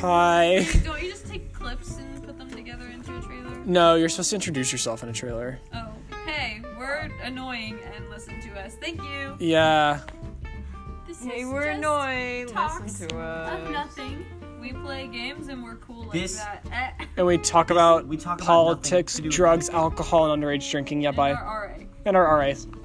Hi. You, don't you just take clips and put them together into a trailer? No, you're supposed to introduce yourself in a trailer. Oh, hey, we're annoying and listen to us. Thank you. Yeah. This Hey, is we're just annoying. talks Listen to of us. nothing. We play games and we're cool like This- that. Eh, And we talk about We talk about nothing politics, to do with drugs, alcohol, and underage drinking. Yeah, and bye. our RA. And our RA.